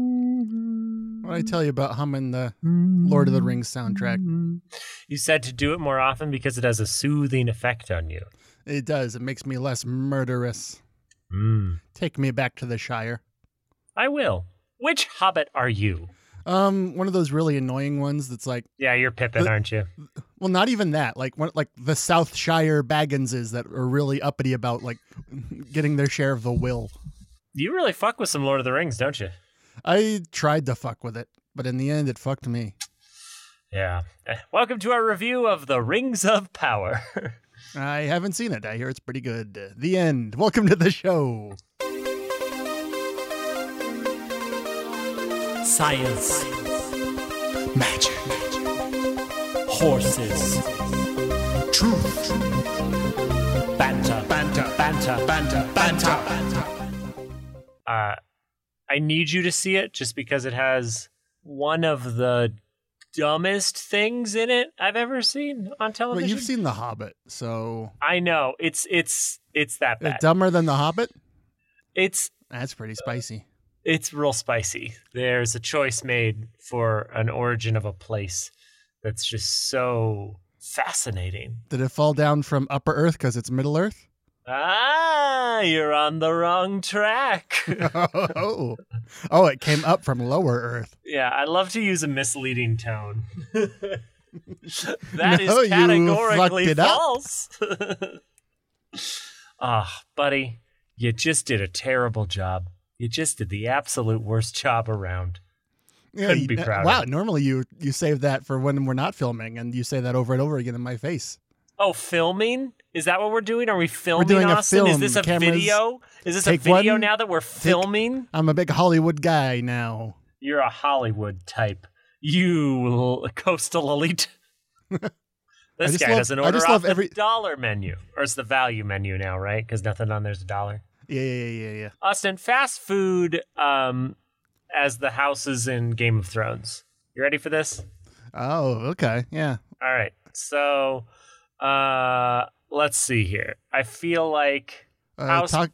What I tell you about humming the Lord of the Rings soundtrack? You said to do it more often because it has a soothing effect on you. It does. It makes me less murderous. Mm. Take me back to the Shire. I will. Which hobbit are you? Um, one of those really annoying ones that's like, Yeah, you're Pippin, The- aren't you? well, not even that. Like, one, like the South Shire Bagginses that are really uppity about like getting their share of the will. You really fuck with some Lord of the Rings, don't you? I tried to fuck with it, but in the end, it fucked me. Yeah. Eh, Welcome to our review of The Rings of Power. I haven't seen it. I hear it's pretty good. The end. Welcome to the show. Science. Magic. Horses. Truth. Banter. Banter. Banter. Banter. Banter. uh, I need you to see it just because it has one of the dumbest things in it I've ever seen on But television. you've seen The Hobbit, so I know it's it's it's that bad. dumber than The Hobbit. It's That's pretty spicy. it's real spicy. There's a choice made for an origin of a place that's just so fascinating. Did it fall down from Upper Earth because it's Middle Earth? Ah, you're on the wrong track. oh, oh, it came up from Lower Earth. yeah, I love to use a misleading tone. That is No, you fucked categorically it up. false. Ah, buddy, you just did a terrible job. You just did the absolute worst job around. Yeah, Couldn't you- be proud of Wow. Normally, you you save that for when we're not filming, and you say that over and over again in my face. Oh, filming? Is that what we're doing? Are we filming doing a Austin? Is film. this a Cameras, video? Is this a take video one, now that we're filming? I'm a big Hollywood guy now. You're a Hollywood type. You l- coastal elite. this just guy love- doesn't I order just off love the every- dollar menu. Or it's the value menu now, right? Because nothing on there's a dollar. Yeah, yeah, yeah, yeah, yeah. Austin, fast food um, as the houses in Game of Thrones. You ready for this? Oh, okay, yeah. All right. So uh, let's see here. I feel like. Uh, House- ta-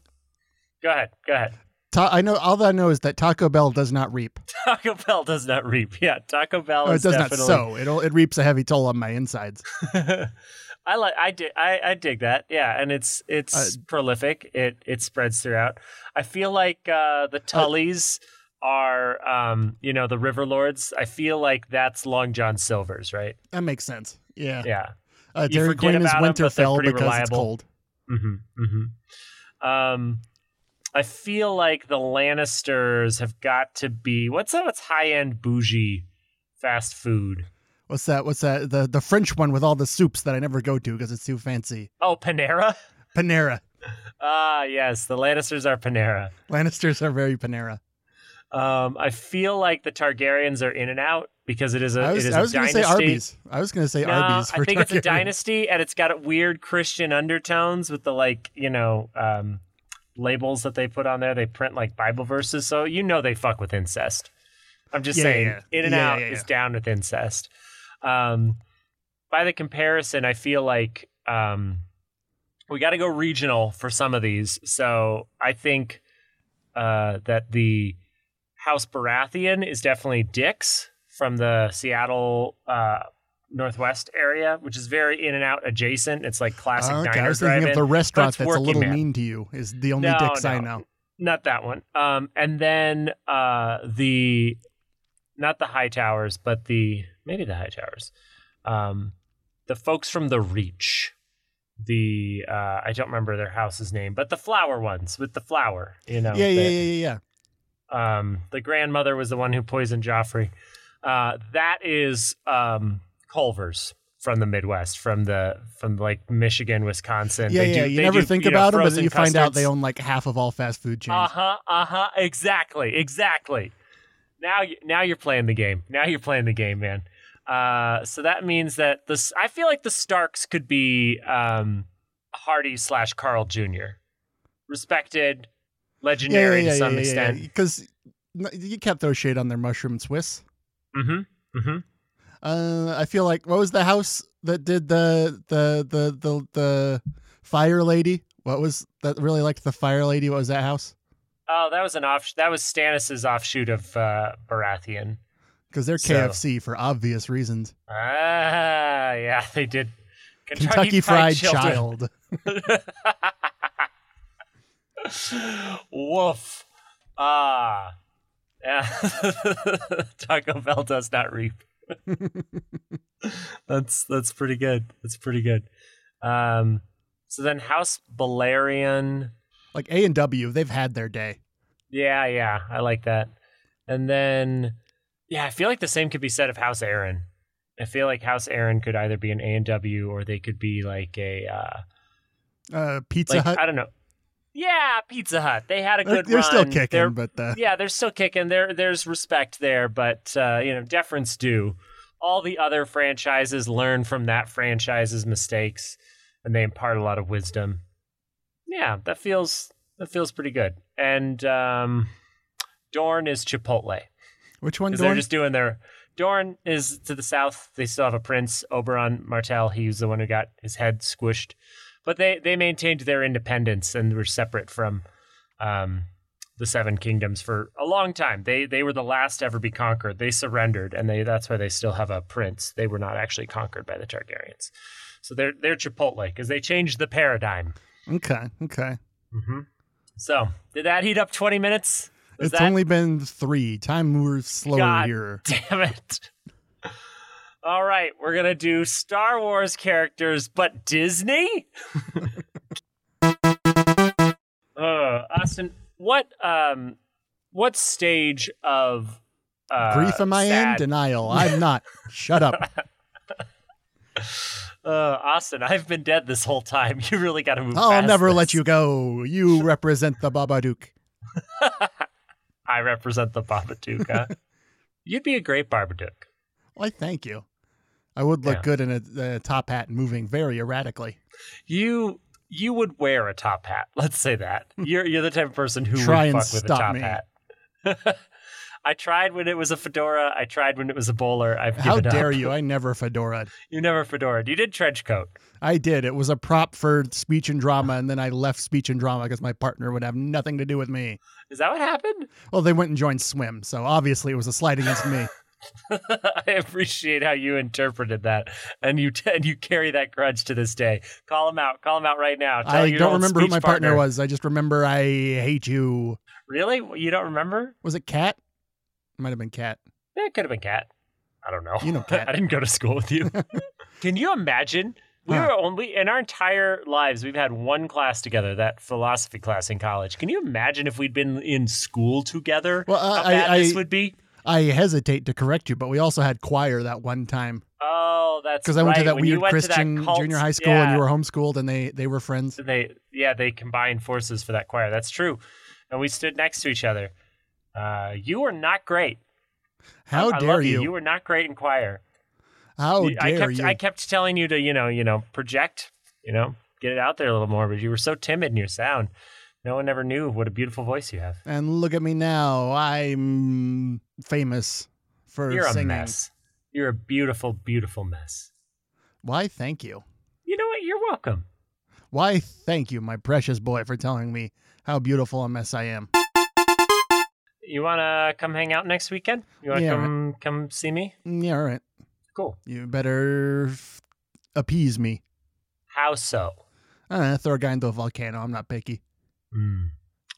Go ahead. Go ahead. ta- I know. All that I know is that Taco Bell does not reap. Taco Bell does not reap. Yeah, Taco Bell Oh, it is does not definitely. sow. It it reaps a heavy toll on my insides. I like. I dig. I, I dig that. Yeah, and it's it's Uh, prolific. It it spreads throughout. I feel like uh, the Tullys are um you know the River Lords. I feel like that's Long John Silver's, right? That makes sense. Yeah. Yeah. Uh, You Dairy forget Queen is about 'em, but they're Winterfell pretty because it's reliable. cold. Mm-hmm. Mm-hmm. Um, I feel like the Lannisters have got to be what's that? What's high end bougie fast food? What's that? What's that? The the French one with all the soups that I never go to because it's too fancy. Oh, Panera. Panera. Ah, yes, the Lannisters are Panera. Lannisters are very Panera. Um, I feel like the Targaryens are in and out because it is a I it was is I a was going to dynasty. say Arby's. I was going to say No, Arby's. For I think it's a Targaryen. dynasty, and it's got weird Christian undertones with the like you know um, labels that they put on there. They print like Bible verses, so you know they fuck with incest. I'm just Yeah, yeah, saying, yeah. in and Yeah, out yeah, is yeah. down with incest. Um, by the comparison, I feel like um, we got to go regional for some of these. So I think uh, that the House Baratheon is definitely Dick's from the Seattle uh, Northwest area, which is very in and out adjacent. It's like classic Oh, okay. I diner was thinking drive-in. of the restaurant That's that's, a Working little Man. mean to you. Is the only No, dicks I no. know. Not that one. Um, and then uh, the not the high towers, but the maybe the high towers. Um, the folks from the Reach. The uh, I don't remember their house's name, but the flower ones with the flower, you know. yeah, yeah, that- yeah, yeah, yeah. um, the grandmother was the one who poisoned Joffrey. Uh, that is um, Culver's from the Midwest, from the from like Michigan, Wisconsin. Yeah, They yeah. do- you they never do, think you know, about them, but frozen then you find out they custards. own like half of all fast food chains. Uh huh. Uh huh. Exactly. Exactly. Now, you, now you're playing the game. Now you're playing the game, man. Uh, so that means that this. I feel like the Starks could be um, Hardy slash Carl Jr. Respected, legendary to some extent. Because you can't throw shade on their mushroom Swiss. Mm-hmm. Mm-hmm. Uh, I feel like what was the house that did the the the the the fire lady? What was that really liked the fire lady? What was that house? Oh, that was an off. That was Stannis's offshoot of uh, Baratheon. because they're So- KFC for obvious reasons. Ah, yeah, they did. Kentucky, Fried, Child. Child. Woof. Ah. Yeah. Taco Bell does not reap. that's that's pretty good. That's pretty good. Um, so then House Balerion. Like A and W, they've had their day. Yeah, yeah, I like that. And then, yeah, I feel like the same could be said of House Aaron. I feel like House Aaron could either be an A and W or they could be like a uh, Uh, Pizza like Hut. I don't know. Yeah, Pizza Hut. They had a They're, good. they're still run. kicking, They're- but uh, yeah, they're still kicking. There, there's respect there, but uh, you know, deference due. All the other franchises learn from that franchise's mistakes, and they impart a lot of wisdom. Yeah, that feels that feels pretty good. And um, Dorn is Chipotle which one? because Dorn? they're just doing their. Dorn is to the south. They still have a prince, Oberon Martell. He was the one who got his head squished, but they they maintained their independence and were separate from um, the Seven Kingdoms for a long time. They they were the last to ever be conquered. They surrendered, and they that's why they still have a prince. They were not actually conquered by the Targaryens, so they're they're Chipotle because they changed the paradigm. okay, okay. hmm So did that heat up twenty minutes? Was Mm-hmm. It's that- only been three. Time moves slower God here. Damn it. All right, we're going to do Star Wars characters, but Disney? uh, Austin, what um what stage of uh, Grief am I in? sad- Denial. I'm not. Shut up. uh, Austin, I've been dead this whole time. You really got to move I'll past never this. let you go. You represent the Babadook. I represent the Babadook. Huh? You'd be a great Babadook. Why, thank you. I would look Yeah. good in a, a top hat moving very erratically. You you would wear a top hat. Let's say that you're you're the type of person who Hmm. Try would and fuck with a stop top me. hat. I tried when it was a fedora. I tried when it was a bowler. I've How given up. dare you? I never fedora'd. You never fedora. You did trench coat. I did. It was a prop for speech and drama, and then I left speech and drama because my partner would have nothing to do with me. Is that what happened? Well, they went and joined swim, so obviously it was a slight against me. I appreciate how you interpreted that, and you and you carry that grudge to this day. Call him out. Call him out right now. Tell I your don't old remember who speech my partner. was. I just remember I hate you. Really? You don't remember? Was it Kat? Might have been Kat. That could have been Cat. I don't know. You know Kat. I didn't go to school with you. Can you imagine? We Huh. were only in our entire lives. We've had one class together, that philosophy class in college. Can you imagine if we'd been in school together? Well, uh, how I- bad this I- would be. I hesitate to correct you, but we also had choir that one time Oh, that's because I went to right. that When you weird went to that Christian cult- junior high school, and yeah. you were homeschooled, and they they were friends. And they yeah they combined forces for that choir. That's true. And we stood next to each other. Uh, you were not great. How I dare love you? You were not great in choir. How Y- Oh, dare I kept you? I kept telling you to you know you know project you know get it out there a little more, but you were so timid in your sound. No one ever knew what a beautiful voice you have. and look at me now. I'm famous for You're a singing. mess. You're a beautiful, beautiful mess. Why thank you. You know what? You're welcome. Why thank you, my precious boy, for telling me how beautiful a mess I am. You wanna come hang out next weekend? You wanna Yeah, come come see me? Mm, Yeah, all right. Cool. You better f- appease me. How so? Uh, throw a guy into a volcano. I'm not picky. Hmm.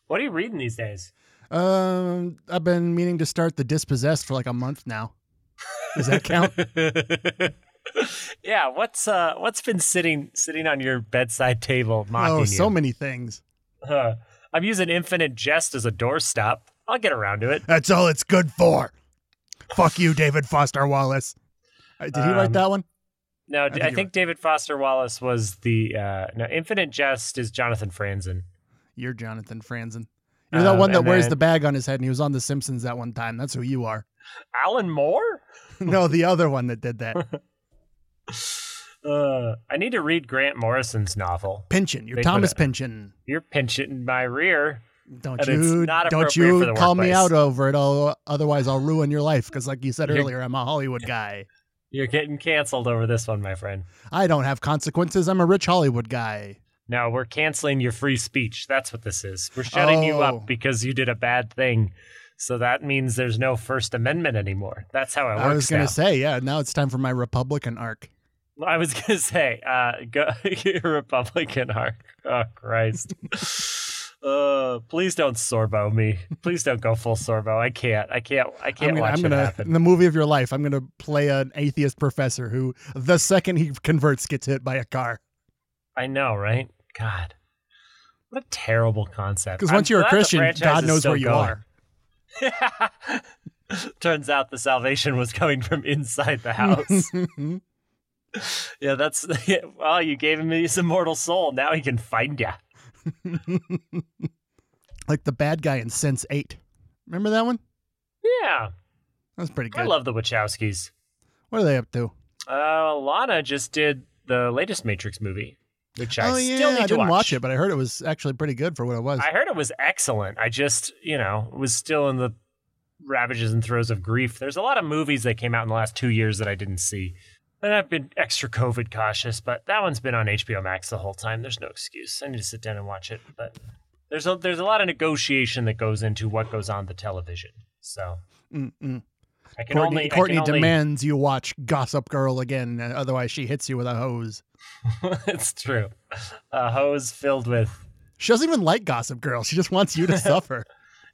What are you reading these days? Um, I've been meaning to start the Dispossessed for like a month now. Does that count? yeah, what's uh what's been sitting sitting on your bedside table mocking oh, you? so many things. Huh. I'm using Infinite Jest as a doorstop. I'll get around to it. That's all it's good for. Fuck you, David Foster Wallace. Uh, Did he Um, write that one? No, I think think, you're right. David Foster Wallace was the uh, no Infinite Jest is Jonathan Franzen. You're Jonathan Franzen. You're that one Um, that and wears then- the bag on his head, and he was on The Simpsons that one time. That's who you are. Alan Moore. no, the other one that did that. Uh, I need to read Grant Morrison's novel. Pynchon. You're They put Thomas it- Pynchon. You're pinching my rear. Don't And it's you not don't appropriate for you the call me workplace. out over it, or otherwise I'll ruin your life. Because like you said You're- earlier, I'm a Hollywood guy. You're getting canceled over this one, my friend. I don't have consequences. I'm a rich Hollywood guy. No, we're canceling your free speech. That's what this is. We're shutting you Oh. up because you did a bad thing. So that means there's no First Amendment anymore. That's how it I works. was gonna now. say, yeah. Now it's time for my Republican arc. I was gonna say, uh, go you're Republican arc. Oh Christ. uh, please don't sorbo me. Please don't go full sorbo. I can't. I can't. I can't I mean, watch I'm gonna it happen. in the movie of your life. I'm gonna play an atheist professor who, the second he converts, gets hit by a car. I know, right? God, what a terrible concept. Because I'm once you're a glad the Christian, franchise God is knows still where you going. are. Turns out the salvation was coming from inside the house. yeah, that's yeah, well, you gave him his immortal soul. Now he can find you. like the bad guy in Sense Eight. Remember that one? Yeah, That was pretty I good. love the Wachowskis. what are they up to? Uh, Lana just did the latest Matrix movie, which I oh yeah, still need I to didn't watch. watch it, but I heard it was actually pretty good for what it was. I heard it was excellent. I just, you know, was still in the ravages and throes of grief. There's a lot of movies that came out in the last two years that I didn't see. And I've been extra COVID cautious, but that one's been on HBO Max the whole time. There's no excuse. I need to sit down and watch it. But there's a, there's a lot of negotiation that goes into what goes on the television. So Mm-mm. I can Mm, Courtney, only I can Courtney only- demands you watch Gossip Girl again, uh, otherwise she hits you with a hose. it's true. A hose filled with She doesn't even like Gossip Girl. She just wants you to suffer.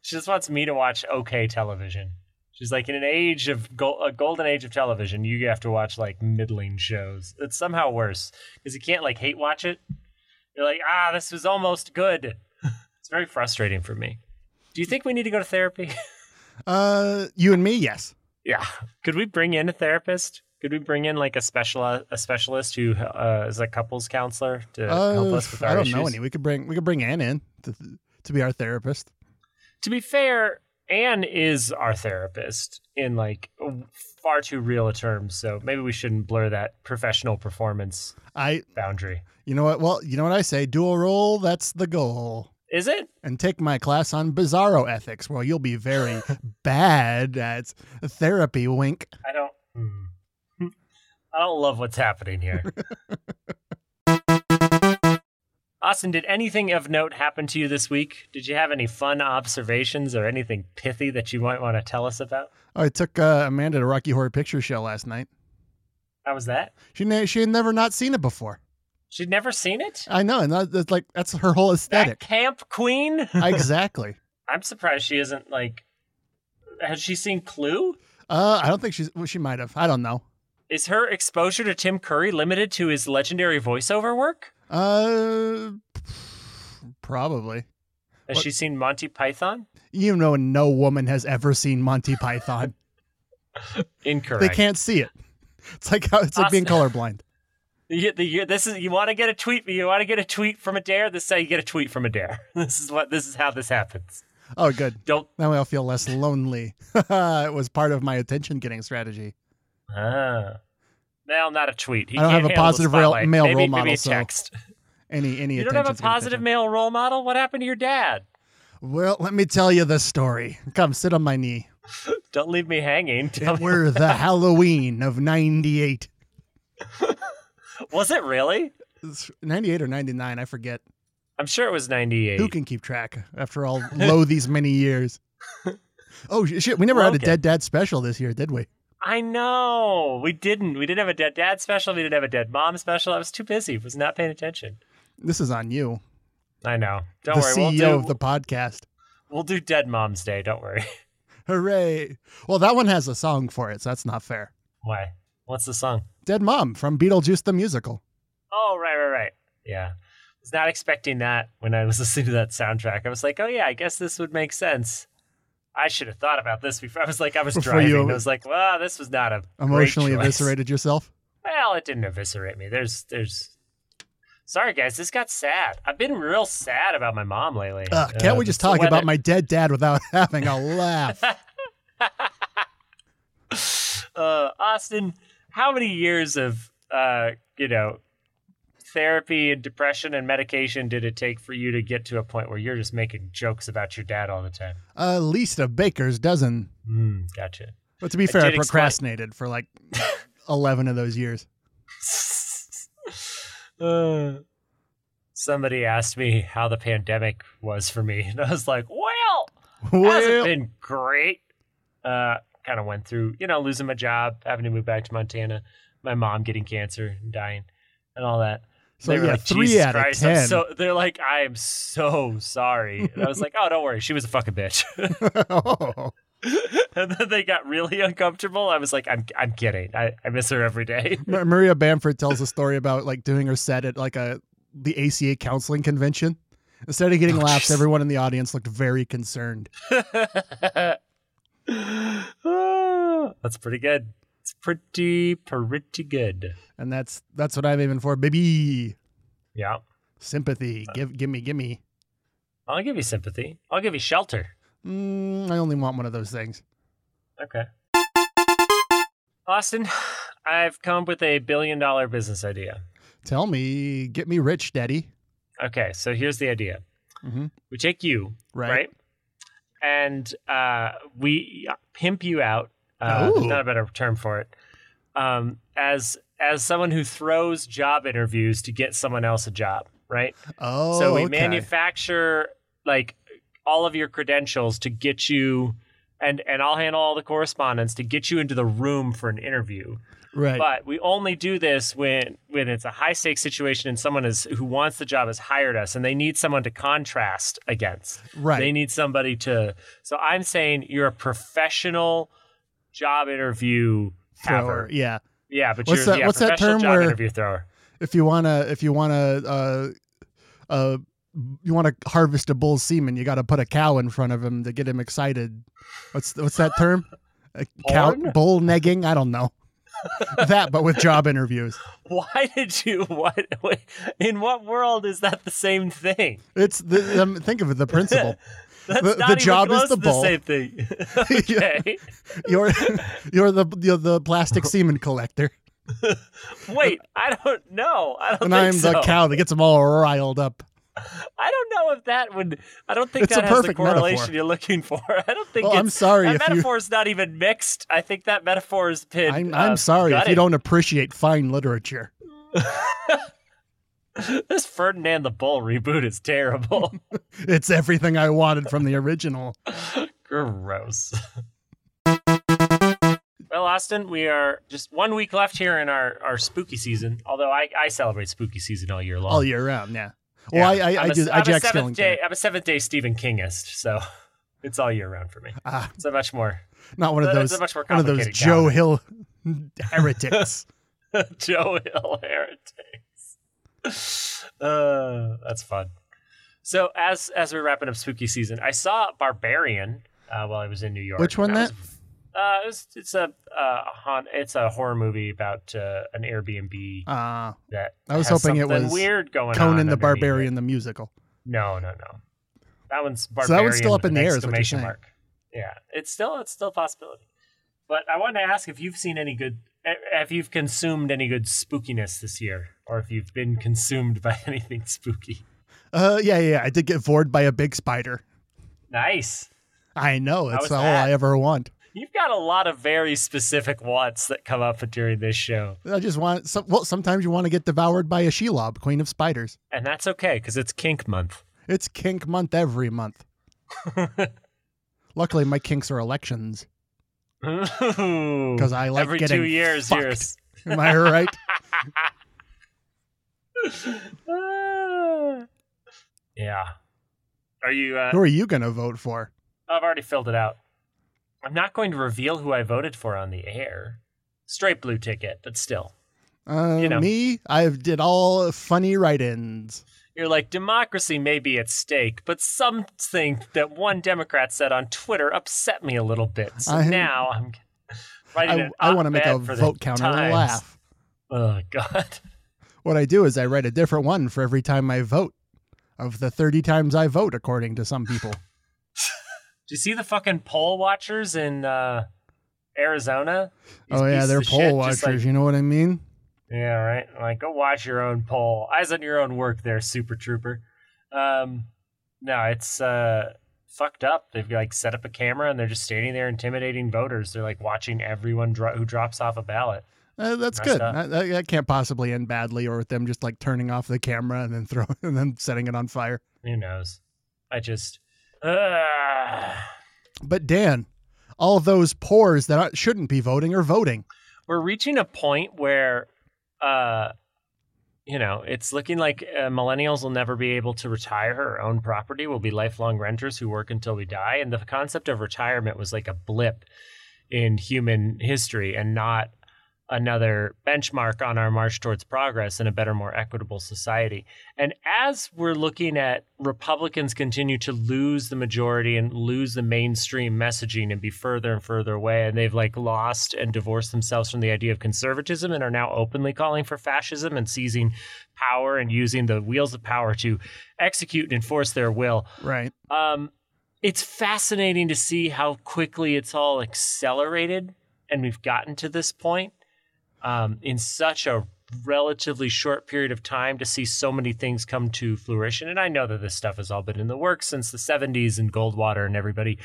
She just wants me to watch okay television. She's like, in an age of go- a golden age of television, you have to watch like middling shows. It's somehow worse because you can't like hate watch it. You're like, ah, this was almost good. it's very frustrating for me. Do you think we need to go to therapy? Uh, you and me, yes. yeah. Could we bring in a therapist? Could we bring in like a special a specialist who uh, is a couples counselor to help Uh, us with our I don't issues? know any. We could bring we could bring Ann in to, to be our therapist. to be fair, Anne is our therapist in like far too real a term, so maybe we shouldn't blur that professional performance I boundary. you know what? Well, you know what I say. Dual role, that's the goal. Is it? And take my class on bizarro ethics, where you'll be very bad at therapy. Wink. I don't. hmm. I don't love what's happening here. Austin, did anything of note happen to you this week? Did you have any fun observations or anything pithy that you might want to tell us about? Oh, I took uh, Amanda to Rocky Horror Picture Show last night. How was that? She ne- she had never not seen it before. She'd never seen it? I know, and that, that's like that's her whole That aesthetic. camp queen? exactly. I'm surprised she isn't like. Has she seen Clue? Uh, I don't think she's. Well, she might have. I don't know. Is her exposure to Tim Curry limited to his legendary voiceover work? Uh, probably. Has What- she seen Monty Python? You know, no woman has ever seen Monty Python. they Incorrect. can't see it. It's like how it's like being colorblind. You get the you- this is you want to get a tweet. You want to get a tweet from a dare. This is how you get a tweet from a dare. This is what this is how this happens. Oh, good. Don't. Now I'll feel less lonely. it was part of my attention getting strategy. Ah. Well, not a tweet. He I don't can't have a handle the positive rel- spotlight. male maybe, role Maybe model, a so text. Any any you don't attention? have a positive male role model. What happened to your dad? Well, let me tell you the story. Come sit on my knee. Don't leave me hanging. Tell It me- were the Halloween of '98. was it really? 98 or 99, I forget. I'm sure it was 98. Who can keep track after all lo these many years? Oh sh- shit, we never had a Logan. Dead Dad special this year, did we? I know. We didn't. We didn't have a dead dad special. We didn't have a dead mom special. I was too busy. Was not paying attention. This is on you. I know. Don't the worry. CEO we'll do, of the podcast. we'll do Dead Mom's Day. Don't worry. Hooray. Well, that one has a song for it, so that's not fair. Why? What's the song? Dead Mom from Beetlejuice the Musical. Oh, right, right, right. Yeah. I was not expecting that when I was listening to that soundtrack. I was like, oh, yeah, I guess this would make sense. I should have thought about this before. I was like, I was Before driving. you- I was like, wow, this was not a great Emotionally choice." eviscerated yourself. Well, it Hmm. didn't eviscerate me. There's, there's. Sorry, guys, this got sad. I've been real sad about my mom lately. Ugh, Uh, can't we just it's the talk weather. about my dead dad without having a laugh? uh, Austin, how many years of uh, you know therapy and depression and medication did it take for you to get to a point where you're just making jokes about your dad all the time? At least a baker's dozen. Mm, gotcha. But to be fair, I did explain- procrastinated for like 11 of those years. Uh, somebody asked me how the pandemic was for me, and I was like, "Well, Well, hasn't been great." Uh, kind of went through, you know, losing my job, having to move back to Montana, my mom getting cancer and dying, and all that. so they were yeah, like, three Jesus out Christ, of I'm ten. so they're like, I am so sorry. And I was like, oh, don't worry, she was a fucking bitch. Oh. and then they got really uncomfortable. I was like, I'm I'm kidding. I, I miss her every day. Ma- Maria Bamford tells a story about like doing her set at like a the ACA counseling convention. Instead of getting Oh, laughs, jeez. everyone in the audience looked very concerned. Ah, That's pretty good. It's pretty pretty good. And that's that's what I'm aiming for, baby. Yeah. Uh. Sympathy. Give give me, give me. I'll give you sympathy. I'll give you shelter. Mm, I only want one of those things. Okay. Austin, I've come up with a billion dollar business idea. Tell me, get me rich, daddy. Okay, so here's the idea. Mhm. We take you, Right. right? And uh, we pimp you out. Uh, Ooh. there's not a better term for it. Um, as as someone who throws job interviews to get someone else a job, right? Oh, so we okay. manufacture like all of your credentials to get you, and and I'll handle all the correspondence to get you into the room for an interview. right. But we only do this when when it's a high stakes situation and someone is who wants the job has hired us and they need someone to contrast against. right. They need somebody to. So I'm saying you're a professional job interview thrower. Thrower. Yeah. Yeah, but What's you're that- yeah, what's that professional term job where- interview thrower. If you wanna if you wanna uh uh you want to harvest a bull's semen, you got to put a cow in front of him to get him excited. What's what's that term? A cow Horn? bull negging? I don't know. that but with job interviews. Why did you? What? In what world is that the same thing? It's the um, think of it the principle. That's The- not even the job is close the to ball. same thing. okay. You're you're the you're the plastic semen collector Wait, I don't know. I don't and think I'm so. the cow that gets them all riled up. I don't know if that would. I don't think It's that a has the perfect correlation metaphor. you're looking for. I don't think. Well, it's, Oh, I'm sorry That if you- metaphor is not even mixed. I think that metaphor is been. I'm uh, I'm sorry if you gutted. don't appreciate fine literature. This Ferdinand the Bull reboot is terrible. It's everything I wanted from the original. Gross. Well, Austin, we are just one week left here in our, our spooky season. Although I, I celebrate spooky season all year long. all year round. Oh, Yeah. Yeah. Well, I I, I I'm a- do I I'm a Jack seventh Skellington. day. I'm a seventh day Stephen Kingist, so it's all year round for me. Ah, It's a much more. not one of That's a those. much more One of those complicated Joe calendar. Hill heretics. Joe Hill heretics. Uh, that's fun. So as as we're wrapping up spooky season, I saw Barbarian uh, while I was in New York. Which one and I that? was- uh, it's, it's a uh, haunt, it's a horror movie about uh, an Airbnb Uh, that I was has hoping it something was weird going on. Conan the underneath it. Barbarian, the musical. No, no, no. That one's that one's barbarian. still up in with the an air, is what you're Exclamation saying. mark. Yeah, it's still it's still a possibility. But I wanted to ask if you've seen any good, eh, if you've consumed any good spookiness this year, or if you've been consumed by anything spooky. Uh, yeah, yeah, yeah. I did get vored by a big spider. Nice. I know. It's was all that? I ever want. You've got a lot of very specific wants that come up during this show, I just want. Some, well, sometimes you want to get devoured by a shelob, queen of spiders. and that's okay because it's kink month. It's kink month every month. Luckily, my kinks are elections. Because I like every getting two years. fucked. yours. Am I right? Ah. yeah. Are you? Uh, Who are you gonna vote for? I've already filled it out. I'm not going to reveal who I voted for on the air. Straight blue ticket, but still. Uh, You know. me, I did all funny write-ins. You're like, democracy may be at stake, but something that one Democrat said on Twitter upset me a little bit. So I- now I'm writing I, an I want to make a op-ed for the vote counter Times. laugh. Oh, God. What I do is I write a different one for every time I vote. Of the 30 times I vote, according to some people. Do you see the fucking poll watchers in uh, Arizona? These oh, yeah, pieces they're of poll shit watchers. just like- you know what I mean? Yeah, right. Like, go watch your own poll. Eyes on your own work, there, Super Trooper. Um, no, it's uh, fucked up. They've like set up a camera and they're just standing there intimidating voters. They're like watching everyone dro- who drops off a ballot. Uh, that's Messed good. up. That, that- that can't possibly end badly, or with them just like turning off the camera and then throwing and then setting it on fire. Who knows? I just. Ugh. But Dan, all those pores that aren't- shouldn't be voting are voting. we're reaching a point where uh you know it's looking like uh, millennials will never be able to retire or own property we'll be lifelong renters who work until we die and the concept of retirement was like a blip in human history and not another benchmark on our march towards progress and a better more equitable society and as we're looking at republicans continue to lose the majority and lose the mainstream messaging and be further and further away and they've like lost and divorced themselves from the idea of conservatism and are now openly calling for fascism and seizing power and using the wheels of power to execute and enforce their will Right. um, it's fascinating to see how quickly it's all accelerated and we've gotten to this point um, in such a relatively short period of time to see so many things come to fruition and i know that this stuff has all been in the works since the 70s and goldwater and everybody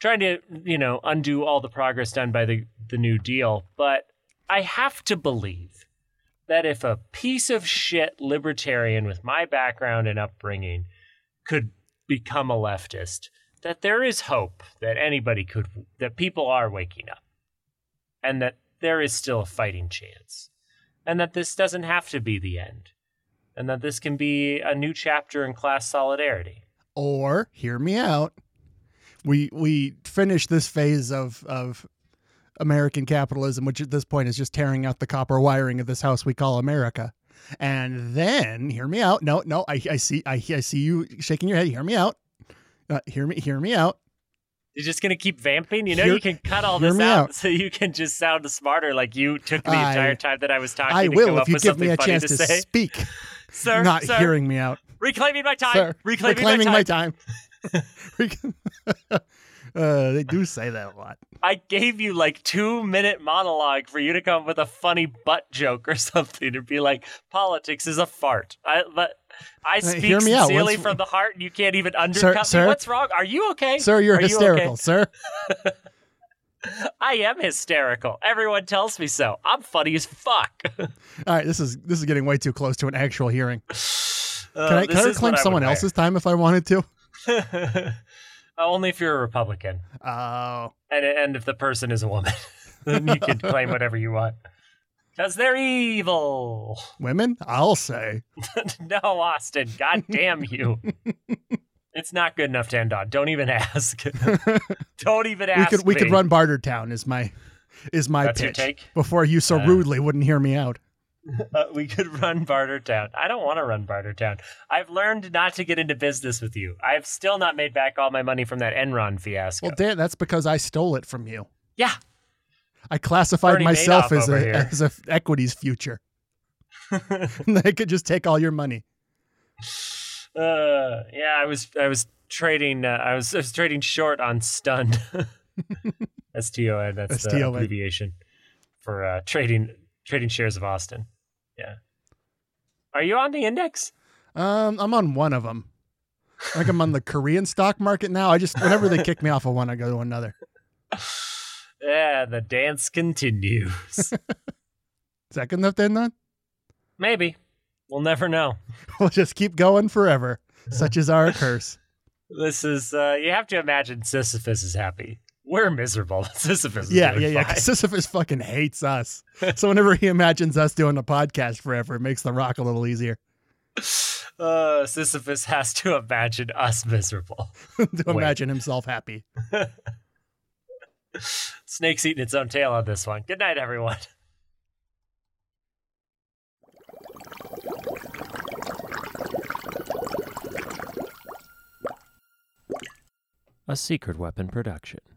trying to you know undo all the progress done by the, the new deal but i have to believe that if a piece of shit libertarian with my background and upbringing could become a leftist, that there is hope that anybody could, that people are waking up and that there is still a fighting chance and that this doesn't have to be the end and that this can be a new chapter in class solidarity. Or hear me out. We we finish this phase of of American capitalism, which at this point is just tearing out the copper wiring of this house we call America. And then hear me out. No, no, I, I see I, I see you shaking your head. Hear me out. Uh, hear me hear me out. You're just going to keep vamping? You know, Hear- you can cut all hear this me out, out. so you can just sound smarter like you took the I- entire time that I was talking I to come will up if you with give me something a funny chance to, to, say. speak. Sir, not sir, hearing me out. reclaiming my time. Sir, reclaiming, reclaiming my my time. time. Rec- uh, they do say that a lot. I gave you like two minute monologue for you to come up with a funny butt joke or something and be like, politics is a fart. I, but I Hey, speak hear me out. sincerely What's- from the heart and you can't even undercut me. sir? What's wrong? Are you okay? Sir, you're Are you hysterical, sir. okay? I am hysterical. Everyone tells me so. I'm funny as fuck. Can All right, this is this is getting way too close to an actual hearing. Uh, Can I, can I claim someone else's time if I wanted to? Uh, Only if you're a Republican Oh, and, and if the person is a woman, then you can claim whatever you want. Because they're evil. women? I'll say. no, Austin. God damn you. it's not good enough to end on. Don't even ask. Don't even we ask. could we me. could run Bartertown is my is my That's your pitch. take? Before you so Uh, rudely wouldn't hear me out. Uh, we could run Bartertown. I don't want to run Bartertown. I've learned not to get into business with you. I've still not made back all my money from that Enron fiasco. Well, Dan, that's because I stole it from you. yeah. I classified Bernie myself Madoff as over a here. as a equities future. I could just take all your money. Uh, yeah, I was I was trading uh, I was I was trading short on stunned. S T O N. That's the STON. abbreviation for uh, trading trading shares of Austin. Yeah. Are you on the index? Um, I'm on one of them. I think I'm on the Korean stock market now. I just whenever they kick me off of one, I go to another. Yeah, the dance continues. Is that good enough then? Then Maybe. We'll never know. we'll just keep going forever. Such is our curse. This is uh, you have to imagine Sisyphus is happy. We're miserable. Sisyphus is Yeah, doing yeah, yeah. 'cause fine. Sisyphus fucking hates us. So whenever he imagines us doing a podcast forever, it makes the rock a little easier Uh, Sisyphus has to imagine us miserable. to imagine himself happy. Snake's eating its own tail on this one. Good night, everyone. A Secret Weapon Production.